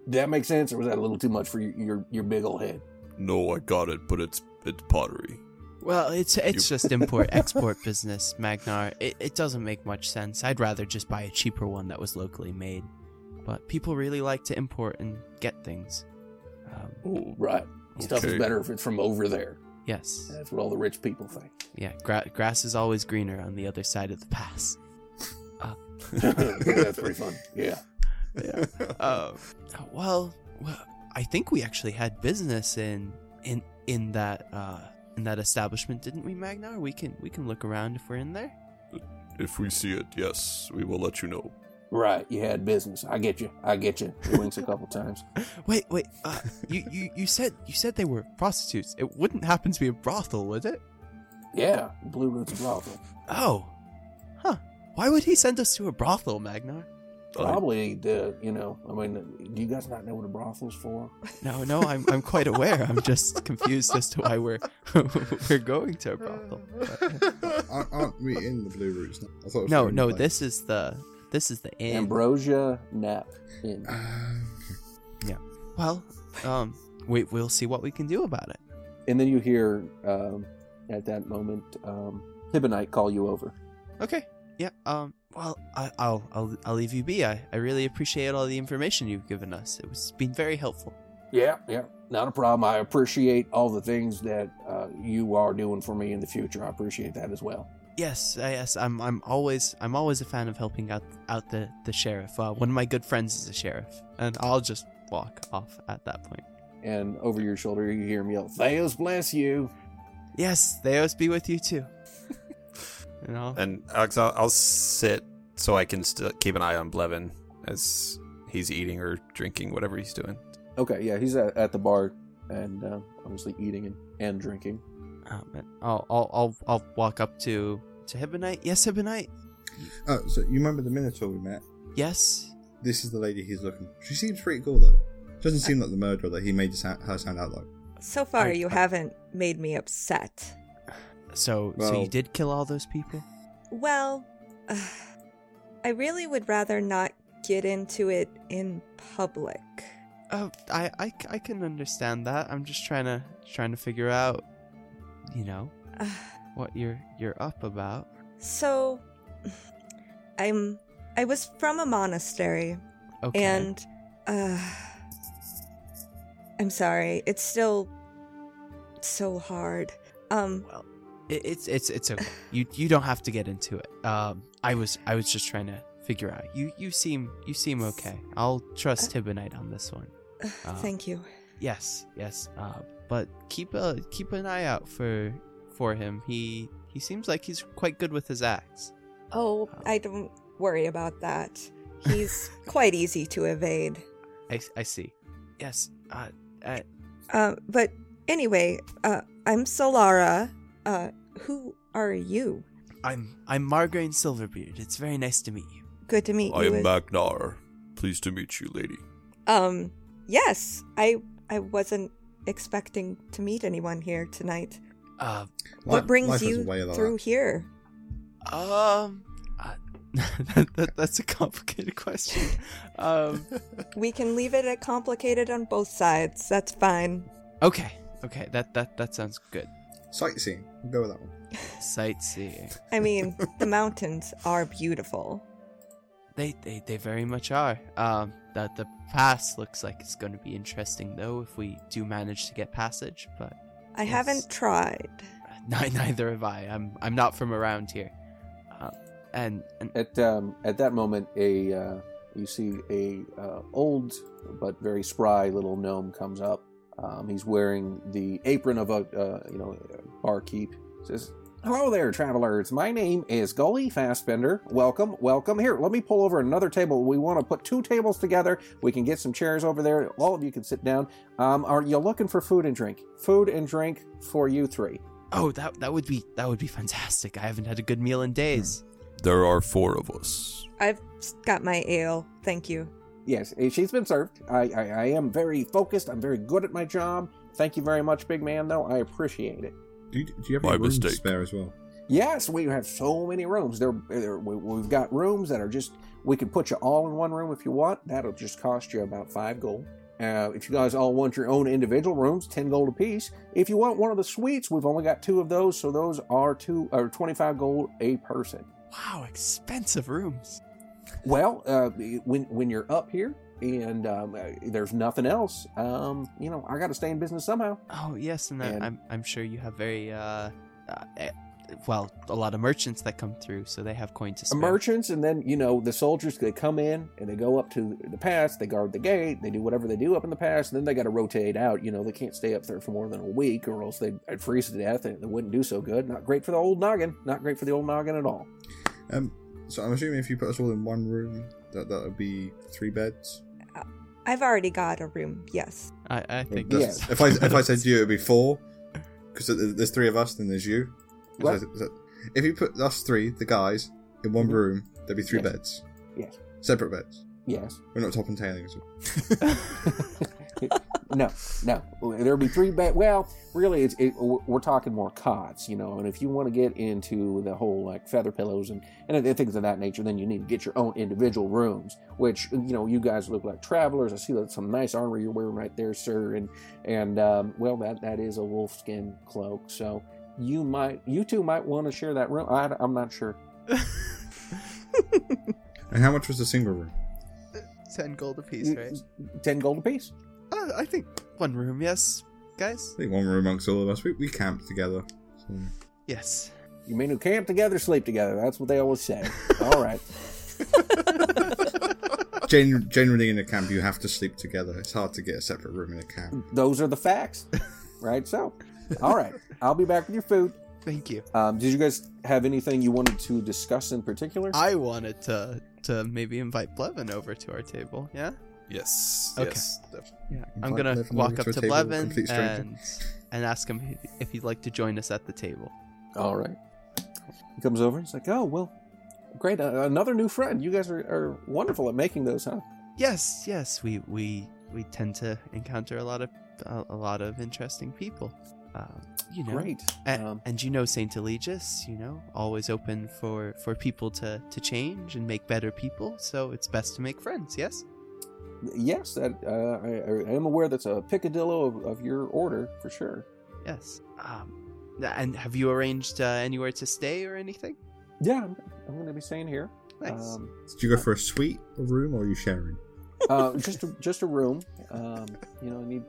Speaker 1: Did that make sense? Or was that a little too much for your, your, your big old head?
Speaker 2: No, I got it, but it's it's pottery.
Speaker 6: Well, it's it's
Speaker 2: You-
Speaker 6: just import export business, Magnar. It, it doesn't make much sense. I'd rather just buy a cheaper one that was locally made. But people really like to import and get things. Um,
Speaker 2: Oh,
Speaker 1: Right. Stuff is
Speaker 2: Okay.
Speaker 1: better if it's from over there.
Speaker 6: yes.
Speaker 1: That's what all the rich people think.
Speaker 6: Yeah. Gra- grass is always greener on the other side of the pass.
Speaker 1: that's pretty fun. Yeah.
Speaker 6: Uh,
Speaker 7: Um,
Speaker 6: well, well, I think we actually had business in in in that uh, in that establishment, didn't we, Magnar? We can we can look around if we're in there.
Speaker 2: If we see it, yes, we will let you know.
Speaker 1: Right. You had business. I get you. I get you. He winks a couple times.
Speaker 6: Wait, wait. Uh, you, you you said you said they were prostitutes. It wouldn't happen to be a brothel, would it?
Speaker 1: Yeah. Blue Roots Brothel.
Speaker 6: Oh, huh. Why would he send us to a brothel, Magnar?
Speaker 5: Probably the you know. I mean, do you guys not know what a brothel's for?
Speaker 6: No, no, I'm I'm quite aware. I'm just confused as to why we're we're going to a brothel. But-
Speaker 8: Aren't, aren't we in the Blue Roots? now? I thought it was
Speaker 6: No,
Speaker 8: the
Speaker 6: no,
Speaker 8: Green
Speaker 6: this is the this is the inn.
Speaker 5: Ambrosia nap. In.
Speaker 8: Bay. Ah,
Speaker 6: Well, um, we we'll see what we can do about it.
Speaker 5: And then you hear um, at that moment um, Hibonite call you over.
Speaker 6: Okay. Yeah. Um. Well, I, I'll I'll I'll leave you be. I I really appreciate all the information you've given us. It was been very helpful.
Speaker 5: Yeah, yeah, not a problem. I appreciate all the things that uh, you are doing for me in the future. I appreciate that as well.
Speaker 6: Yes, uh, yes. I'm I'm always I'm always a fan of helping out out the the sheriff. Uh, one of my good friends is a sheriff, and I'll just walk off at that point.
Speaker 5: And over your shoulder, you hear him yell, "Theos bless you."
Speaker 6: Yes, Theos be with you too. you know.
Speaker 7: And Alex, I'll, I'll sit so I can still keep an eye on Blevin as he's eating or drinking, whatever he's doing.
Speaker 5: Okay, yeah, he's at, at the bar and uh, obviously eating and, and drinking.
Speaker 6: Oh, man. I'll, I'll I'll I'll walk up to to Hibonite. Yes, Hibonite.
Speaker 8: oh, so you remember the Minotaur we met?
Speaker 6: Yes.
Speaker 8: This is the lady he's looking. She seems pretty cool though. Doesn't
Speaker 9: Uh,
Speaker 8: seem like the murderer that he made his, her sound out like.
Speaker 9: So far,
Speaker 6: I-
Speaker 9: you
Speaker 6: I-
Speaker 9: haven't made me upset.
Speaker 6: So so
Speaker 8: Well-
Speaker 6: you did kill all those people.
Speaker 9: Well, I really would rather not get into it in public.
Speaker 6: Oh, I, I c- I can understand that. I'm just trying to trying to figure out, you know, what you're you're up about.
Speaker 9: So, I'm. I was from a monastery,
Speaker 6: Okay.
Speaker 9: and uh, I'm sorry. It's still so hard. Um,
Speaker 6: well, it, it's it's it's okay. You you don't have to get into it. Um, I was I was just trying to figure out. You you seem you seem okay. I'll trust Hibonite on this one. Uh,
Speaker 9: thank you.
Speaker 6: Yes, yes. Uh, but keep a keep an eye out for for him. He he seems like he's quite good with his axe.
Speaker 9: Oh, I don't worry about that. He's quite easy to evade.
Speaker 6: I, s- I see. Yes. Uh, uh,
Speaker 9: Uh, but anyway, uh, I'm Solara. Uh, who are you?
Speaker 6: I'm I'm Margarine Silverbeard. It's very nice to meet you.
Speaker 9: Good to meet
Speaker 2: I
Speaker 9: you.
Speaker 2: am
Speaker 9: as-
Speaker 2: Magnar. Pleased to meet you, lady.
Speaker 9: Um, yes, I I wasn't expecting to meet anyone here tonight.
Speaker 6: Uh,
Speaker 8: Life-
Speaker 9: what brings
Speaker 8: life is
Speaker 9: you
Speaker 8: a way like
Speaker 9: through here?
Speaker 6: um, uh, that, that, that's a complicated question. Um,
Speaker 9: We can leave it at complicated on both sides. That's fine.
Speaker 6: okay, okay. That that that sounds good.
Speaker 8: that. Sightseeing. We'll go with that one.
Speaker 6: Sightseeing.
Speaker 9: I mean, the mountains are beautiful.
Speaker 6: They, they they very much are. Um, the the pass looks like it's going to be interesting though if we do manage to get passage. But
Speaker 9: I
Speaker 6: Yes.
Speaker 9: haven't tried.
Speaker 6: ni- neither have I. I'm I'm not from around here. Uh, and and
Speaker 5: At um, at that moment, a uh, you see a uh, old but very spry little gnome comes up. Um, he's wearing the apron of a uh, you know barkeep. Says, "Hello there, travelers. My name is Gully Fastbender. Welcome, welcome. Here, let me pull over another table. We want to put two tables together. We can get some chairs over there. All of you can sit down. Um, are you looking for food and drink? Food and drink for you three.
Speaker 6: oh that that would be that would be fantastic. I haven't had a good meal in days.
Speaker 2: There are four of us.
Speaker 9: I've got my ale. Thank you.
Speaker 5: Yes, eh, she's been served. I, I, I am very focused. I'm very good at my job. Thank you very much, big man, though. I appreciate it.
Speaker 8: Do you, do you have
Speaker 2: My
Speaker 8: any room to
Speaker 2: mistake.
Speaker 8: spare as well?
Speaker 5: Yes, we have so many rooms. There, there we, we've got rooms that are just, we could put you all in one room if you want. That'll just cost you about five gold. Uh, if you guys all want your own individual rooms, 10 gold apiece. If you want one of the suites, we've only got two of those, so those are two or 25 gold a person.
Speaker 6: Wow, expensive rooms.
Speaker 5: Well, uh, when when you're up here and um, uh, there's nothing else, um, you know, I got to stay in business somehow.
Speaker 6: Oh yes, and, I-
Speaker 5: And-
Speaker 6: I'm I'm sure you have very uh, uh eh, well a lot of merchants that come through, so they have coin to spare.
Speaker 5: merchants and then you know the soldiers they come in and they go up to the pass they guard the gate they do whatever they do up in the pass and then they got to rotate out you know they can't stay up there for more than a week or else they'd, they'd freeze to death and it wouldn't do so good not great for the old noggin not great for the old noggin at all
Speaker 8: Um, so I'm assuming if you put us all in one room, that that would be three beds.
Speaker 9: I've already got a room. Yes.
Speaker 6: I, I think
Speaker 8: That's-
Speaker 5: Yes.
Speaker 8: If I if I said you, it'd be four, because there's three of us. Then there's you. Is
Speaker 5: What?
Speaker 8: that- is that- If you put us three, the guys, in one
Speaker 5: Mhm.
Speaker 8: room, there'd be three
Speaker 5: Yes.
Speaker 8: beds.
Speaker 5: yes
Speaker 8: Separate beds.
Speaker 5: Yes.
Speaker 8: We're not top and tailing. So.
Speaker 5: no, no. There'll be three bed. Well, really, it's it, we're talking more cots, you know. And if you want to get into the whole like feather pillows and and other things of that nature, then you need to get your own individual rooms. Which you know, you guys look like travelers. I see that some nice armor you're wearing right there, sir. And and um, well, that that is a wolf skin cloak. So you might, you two might want to share that room. I, I'm not sure.
Speaker 8: And how much was the single room?
Speaker 6: Ten gold apiece, right?
Speaker 5: Ten gold apiece.
Speaker 6: Mm, Uh, I think one room, yes, guys.
Speaker 8: I think one room amongst all of us. We, we camped together. So.
Speaker 6: Yes.
Speaker 5: You mean who camp together, sleep together? That's what they always say. All right.
Speaker 8: Gen- generally in a camp, you have to sleep together. It's hard to get a separate room in a camp.
Speaker 5: Those are the facts, right? So, all right, I'll be back with your food.
Speaker 6: Thank you.
Speaker 5: Um, did you guys have anything you wanted to discuss in particular?
Speaker 6: I wanted to to maybe invite Blevin over to our table. Yeah.
Speaker 7: Yes.
Speaker 6: Okay.
Speaker 7: Yes.
Speaker 6: Yeah. I'm
Speaker 8: Invite
Speaker 6: gonna
Speaker 8: Blevin
Speaker 6: walk
Speaker 8: over
Speaker 6: up
Speaker 8: to a
Speaker 6: to
Speaker 8: table with a
Speaker 6: Blevin
Speaker 8: complete stranger.
Speaker 6: and and ask him if- if he'd like to join us at the table.
Speaker 5: All right. He comes over. He's like, "Oh well, great, uh, another new friend. You guys are, are wonderful at making those, huh?"
Speaker 6: Yes, yes. We we we tend to encounter a lot of a, a lot of interesting people. Um, you know,
Speaker 5: Great.
Speaker 6: And,
Speaker 5: Um,
Speaker 6: and you know Saint Eligius, you know, always open for for people to to change and make better people. So it's best to make friends. Yes.
Speaker 5: yes, that, uh, I, I am aware that's a picadillo of, of your order for sure.
Speaker 6: Yes. Um, and have you arranged uh, anywhere to stay or anything?
Speaker 5: Yeah, I'm, I'm going to be staying here.
Speaker 6: Nice.
Speaker 5: Um,
Speaker 8: Did you go for a suite, a room, or are you sharing?
Speaker 5: uh, just a, just a room. Um, you know, I need.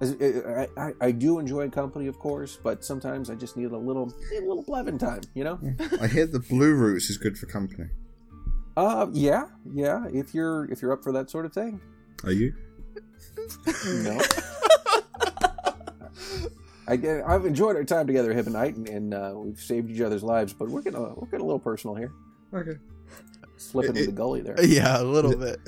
Speaker 5: as- uh, I, I, I do enjoy company, of course, but sometimes I just need a little need a little plebin time. You know.
Speaker 8: I hear the Blue Roots is good for company.
Speaker 5: Uh, yeah, yeah. If you're if you're up for that sort of thing.
Speaker 8: Are you?
Speaker 5: No. I, I've enjoyed our time together, Hip and Knight, and, and uh, we've saved each other's lives. But we're gonna we're getting a little personal here.
Speaker 8: Okay.
Speaker 5: Slip into
Speaker 8: It-
Speaker 5: the gully there.
Speaker 6: Yeah, a little bit.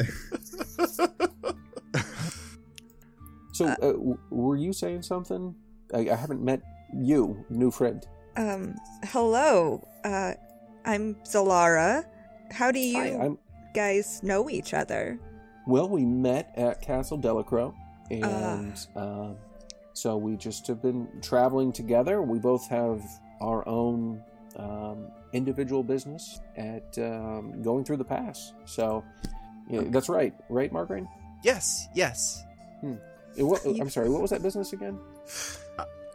Speaker 5: So, uh, w- were you saying something? I, I haven't met you, new friend.
Speaker 9: Um, hello. Uh, I'm Zalara. How do you
Speaker 5: Hi, I'm.
Speaker 9: guys know each other?
Speaker 5: Well, we met at Castle Delacro, and um, so we just have been traveling together. We both have our own um, individual business at um, going through the pass. So yeah, that's right, right, Margarine?
Speaker 6: yes. Yes.
Speaker 5: It wa- I'm sorry, what was that business again?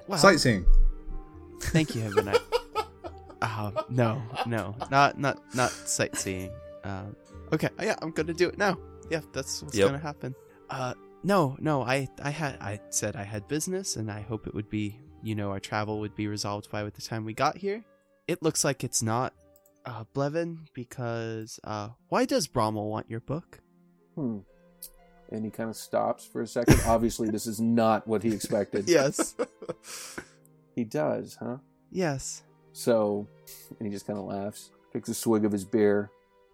Speaker 6: Wow.
Speaker 8: Sightseeing.
Speaker 6: Thank you, Heaven. um, no, no, not not not sightseeing. Um, okay, yeah, I'm gonna do it now. Yeah, that's what's
Speaker 7: Yep.
Speaker 6: gonna happen. Uh, no, no, I I had I said I had business, and I hope it would be you know our travel would be resolved by the time we got here. It looks like it's not, uh, Blevin, because uh, why does Brommel want your book?
Speaker 5: Hmm. And he kind of stops for a second. Obviously, this is not what he expected.
Speaker 6: Yes,
Speaker 5: He does, huh?
Speaker 6: yes,
Speaker 5: So, and he just kind of laughs, takes a swig of his beer.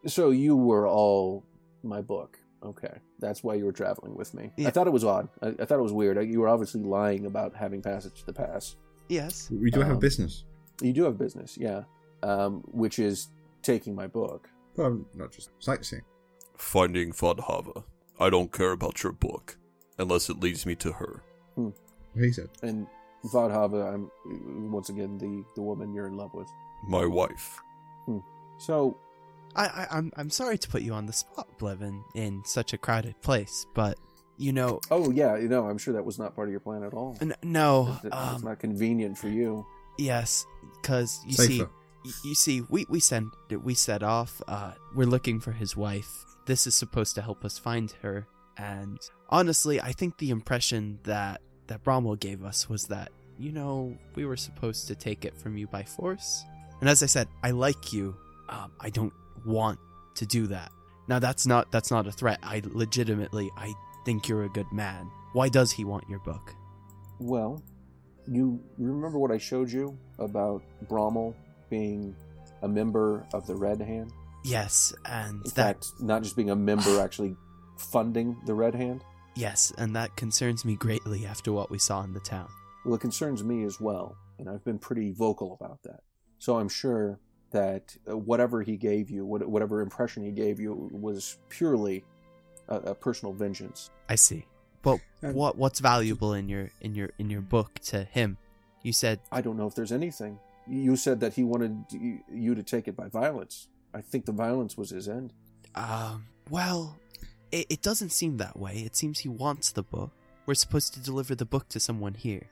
Speaker 5: So you were all my book. Okay, that's why you were traveling with me.
Speaker 6: Yeah.
Speaker 5: I thought it was odd. I, I thought it was weird. I, you were obviously lying about having passage to the pass.
Speaker 6: yes.
Speaker 8: We do have a
Speaker 5: Um,
Speaker 8: business.
Speaker 5: You do have business, yeah, um, which is taking my book.
Speaker 8: Well, not just sightseeing.
Speaker 2: Finding Fodhava. I don't care about your book unless it leads me to her.
Speaker 8: He said.
Speaker 5: And Vadhava, I'm once again the the woman you're in love with.
Speaker 2: My wife.
Speaker 5: So
Speaker 6: I, I I'm I'm sorry to put you on the spot, Blevin, in such a crowded place, but you know
Speaker 5: Oh yeah, you know, I'm sure that was not part of your plan at all.
Speaker 6: N- no.
Speaker 5: That- that- that's
Speaker 6: Um,
Speaker 5: not convenient for you.
Speaker 6: yes, because you see,
Speaker 8: Safer.
Speaker 6: y- you see, we we send we set off. Uh, we're looking for his wife. This is supposed to help us find her. And honestly, I think the impression that that Bromwell gave us was that you know we were supposed to take it from you by force. And as I said, I like you. Um, I don't want to do that. Now that's not that's not a threat. I legitimately I think you're a good man. Why does he want your book?
Speaker 5: Well, you you remember what I showed you about Brommel being a member of the Red Hand?
Speaker 6: Yes, and
Speaker 5: In
Speaker 6: that
Speaker 5: fact, not just being a member, actually funding the Red Hand.
Speaker 6: Yes, and that concerns me greatly after what we saw in the town.
Speaker 5: Well, it concerns me as well, and I've been pretty vocal about that. So I'm sure that uh, whatever he gave you, what- whatever impression he gave you, was purely a, a personal vengeance.
Speaker 6: I see. But
Speaker 8: Um,
Speaker 6: what what's valuable in your in your in your book to him? You said
Speaker 5: I don't know if there's anything. You said that he wanted y- you to take it by violence. I think the violence was his end.
Speaker 6: Um, well, it, it doesn't seem that way. It seems he wants the book. We're supposed to deliver the book to someone here.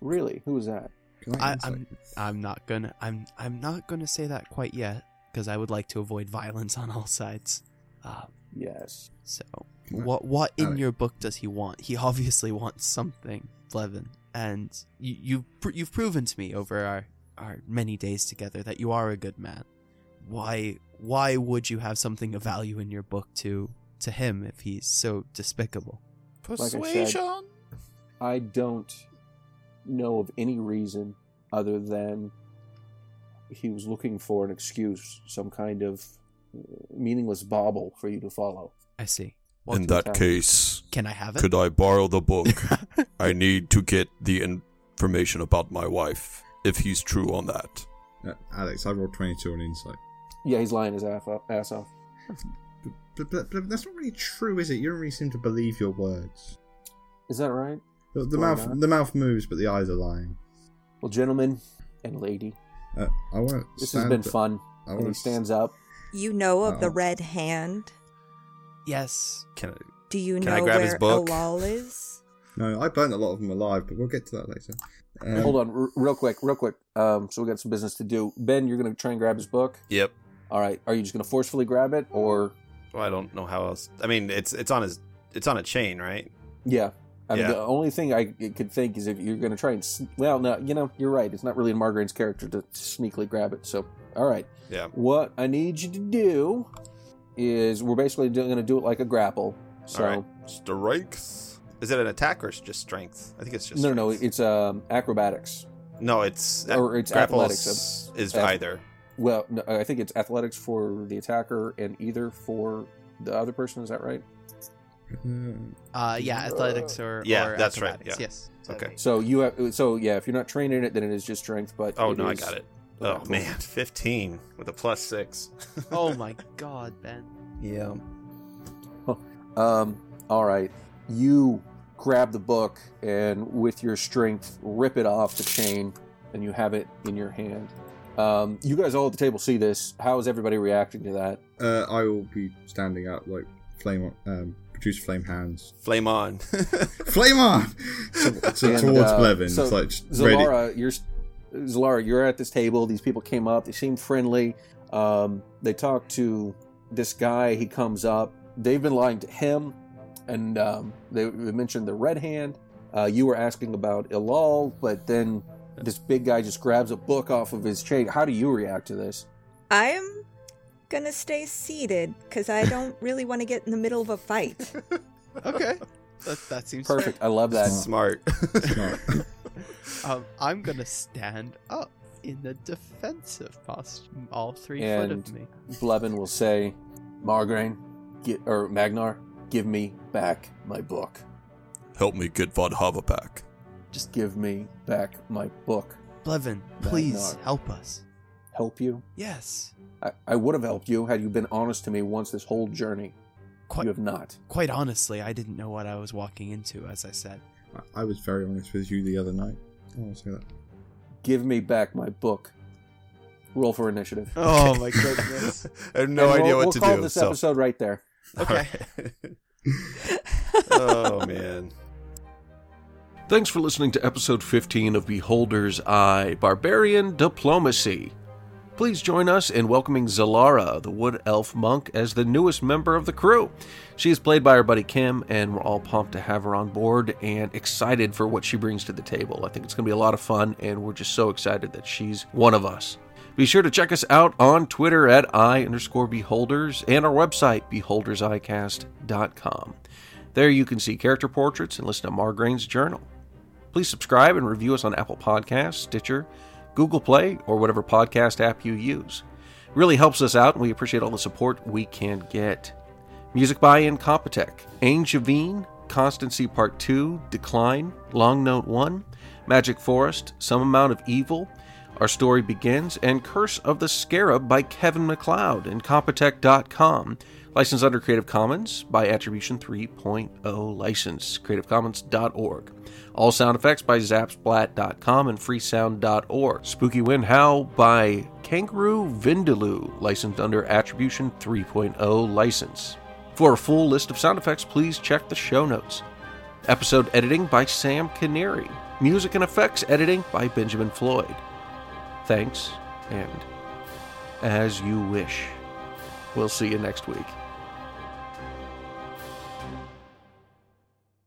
Speaker 5: Really? Who was that?
Speaker 8: Can
Speaker 6: I,
Speaker 8: insight?
Speaker 6: I'm, I'm not gonna, I'm, I'm not gonna say that quite yet because I would like to avoid violence on all sides. Um,
Speaker 5: Yes.
Speaker 6: so,
Speaker 8: Can I-
Speaker 6: what, what in
Speaker 8: Alec.
Speaker 6: your book does he want? He obviously wants something, Levin, and you, you, pr- you've proven to me over our, our many days together that you are a good man. Why, why would you have something of value in your book to, to him if he's so despicable?
Speaker 5: Like I said, I don't know of any reason other than he was looking for an excuse, some kind of uh, meaningless bobble for you to follow.
Speaker 6: I see.
Speaker 2: In that case,
Speaker 6: Can I have it?
Speaker 2: could I borrow the book? I need to get the information about my wife, if he's true on that.
Speaker 8: Uh, Alex, I rolled 22 on insight.
Speaker 5: Yeah, he's lying his ass off. Ass off.
Speaker 8: But, but, but that's not really true, is it? You don't really seem to believe your words.
Speaker 5: Is that right?
Speaker 8: The, the
Speaker 5: Why
Speaker 8: mouth,
Speaker 5: not?
Speaker 8: the mouth moves, but the eyes are lying.
Speaker 5: Well, gentlemen and lady,
Speaker 8: Uh, I won't.
Speaker 5: this
Speaker 8: stand,
Speaker 5: has been fun.
Speaker 8: I
Speaker 5: And he
Speaker 8: won't-
Speaker 5: stands up.
Speaker 9: You know of
Speaker 7: Oh.
Speaker 9: the
Speaker 8: Uh-oh.
Speaker 9: red hand.
Speaker 6: Yes.
Speaker 7: Can I,
Speaker 9: Do you
Speaker 7: Can
Speaker 9: know
Speaker 7: I grab
Speaker 9: where
Speaker 7: his book?
Speaker 9: Awal is?
Speaker 8: No, I burnt a lot of them alive, but we'll get to that later. Um,
Speaker 5: Hold on, r- real quick, real quick. Um, so we got some business to do. Ben, you're gonna try and grab his book.
Speaker 7: yep.
Speaker 5: All right. Are you just gonna forcefully grab it, or
Speaker 7: Well, I don't know how else. I mean, it's it's on his it's on a chain, right?
Speaker 5: Yeah. I mean,
Speaker 7: Yeah.
Speaker 5: the only thing I could think is if you're going to try and. s- Well, no, you know, you're right. It's not really in Margarine's character to sneakily grab it. So, all right.
Speaker 7: Yeah.
Speaker 5: What I need you to do is we're basically going to do it like a grapple. So,
Speaker 7: All right. Strength. Is it an attack or is it just strength? I think it's just
Speaker 5: no, no, no,
Speaker 7: strength.
Speaker 5: it's um, acrobatics.
Speaker 7: no, it's
Speaker 5: or it's
Speaker 7: grapple
Speaker 5: athletics.
Speaker 7: is, is
Speaker 5: Ath-
Speaker 7: either.
Speaker 5: Well, no, I think it's athletics for the attacker and either for the other person. Is that right?
Speaker 8: Uh,
Speaker 6: Uh, yeah, athletics or
Speaker 7: Yeah,
Speaker 6: or
Speaker 7: that's right,
Speaker 6: acrobatics,
Speaker 7: yeah.
Speaker 6: Yes.
Speaker 7: Okay.
Speaker 5: So, you have. So, yeah, if you're not trained in it, then it is just strength. But
Speaker 7: Oh no, I got
Speaker 5: is-
Speaker 7: it. Oh
Speaker 5: Okay.
Speaker 7: man, fifteen with a plus six.
Speaker 6: Oh my God, Ben.
Speaker 7: yeah.
Speaker 5: Um, all right. You grab the book and with your strength rip it off the chain and you have it in your hand. Um, you guys all at the table see this. How is everybody reacting to that?
Speaker 8: uh, I will be standing up, like flame, on, um, produce flame hands,
Speaker 7: Flame on.
Speaker 8: flame on so, so
Speaker 5: And,
Speaker 8: towards
Speaker 5: uh,
Speaker 8: Blevin.
Speaker 5: so
Speaker 8: it's like just ready.
Speaker 5: Zalara, you're Zalara, you're at this table. These people came up. They seem friendly. Um, they talk to this guy. He comes up. They've been lying to him, and um, they, they mentioned the red hand. Uh, you were asking about Ilal, but then this big guy just grabs a book off of his chain. How do you react to this?
Speaker 9: I'm gonna stay seated because I don't really want to get in the middle of a fight.
Speaker 6: Okay. That, that seems
Speaker 5: Perfect. I love that.
Speaker 7: Smart.
Speaker 8: Smart.
Speaker 6: Um, I'm gonna stand up in the defensive posture, all three foot
Speaker 5: And-
Speaker 6: of me.
Speaker 5: Blevin will say, "Margraine, get, or Magnar, give me back my book.
Speaker 2: Help me get Vodhava back.
Speaker 5: Just give me back my book.
Speaker 6: Blevin,
Speaker 5: Ben,
Speaker 6: please
Speaker 5: no.
Speaker 6: help us.
Speaker 5: Help you."
Speaker 6: Yes.
Speaker 5: I, I would have helped you had you been honest to me once this whole journey.
Speaker 6: Quite,
Speaker 5: You have not.
Speaker 6: quite honestly, I didn't know what I was walking into, as I said.
Speaker 8: I I was very honest with you the other night. I want to say that.
Speaker 5: Give me back my book. Roll for initiative.
Speaker 6: Oh my
Speaker 7: goodness. I have no
Speaker 5: And
Speaker 7: idea
Speaker 5: we'll,
Speaker 7: what
Speaker 5: we'll
Speaker 7: to
Speaker 5: call
Speaker 7: do.
Speaker 5: this
Speaker 7: so-
Speaker 5: episode right there.
Speaker 7: Okay. oh man.
Speaker 5: Thanks for listening to episode 15 of Beholder's Eye Barbarian Diplomacy. Please join us in welcoming Zalara, the wood elf monk, as the newest member of the crew. She is played by our buddy Kim, and we're all pumped to have her on board and excited for what she brings to the table. I think it's going to be a lot of fun, and we're just so excited that she's one of us. Be sure to check us out on Twitter at I underscore beholders and our website, beholdersicast.com. There you can see character portraits and listen to Margrain's journal. Please subscribe and review us on Apple Podcasts, Stitcher, Google Play, or whatever podcast app you use. It really helps us out, and we appreciate all the support we can get. Music by Incompetech, Ain Javine, Constancy Part 2, Decline, Long Note 1, Magic Forest, Some Amount of Evil,
Speaker 1: Our story begins in Curse of the Scarab by Kevin McLeod in Compotech.com. Licensed under Creative Commons by Attribution oh. 3.0 license, creativecommons.org. All sound effects by zapsplat.com and freesound.org. Spooky Wind Howl by Kangaroo Vindaloo, licensed under Attribution 3.0 license. For a full list of sound effects, please check the show notes. Episode editing by Sam Canary. Music and effects editing by Benjamin Floyd. Thanks, and as you wish. We'll see you next week.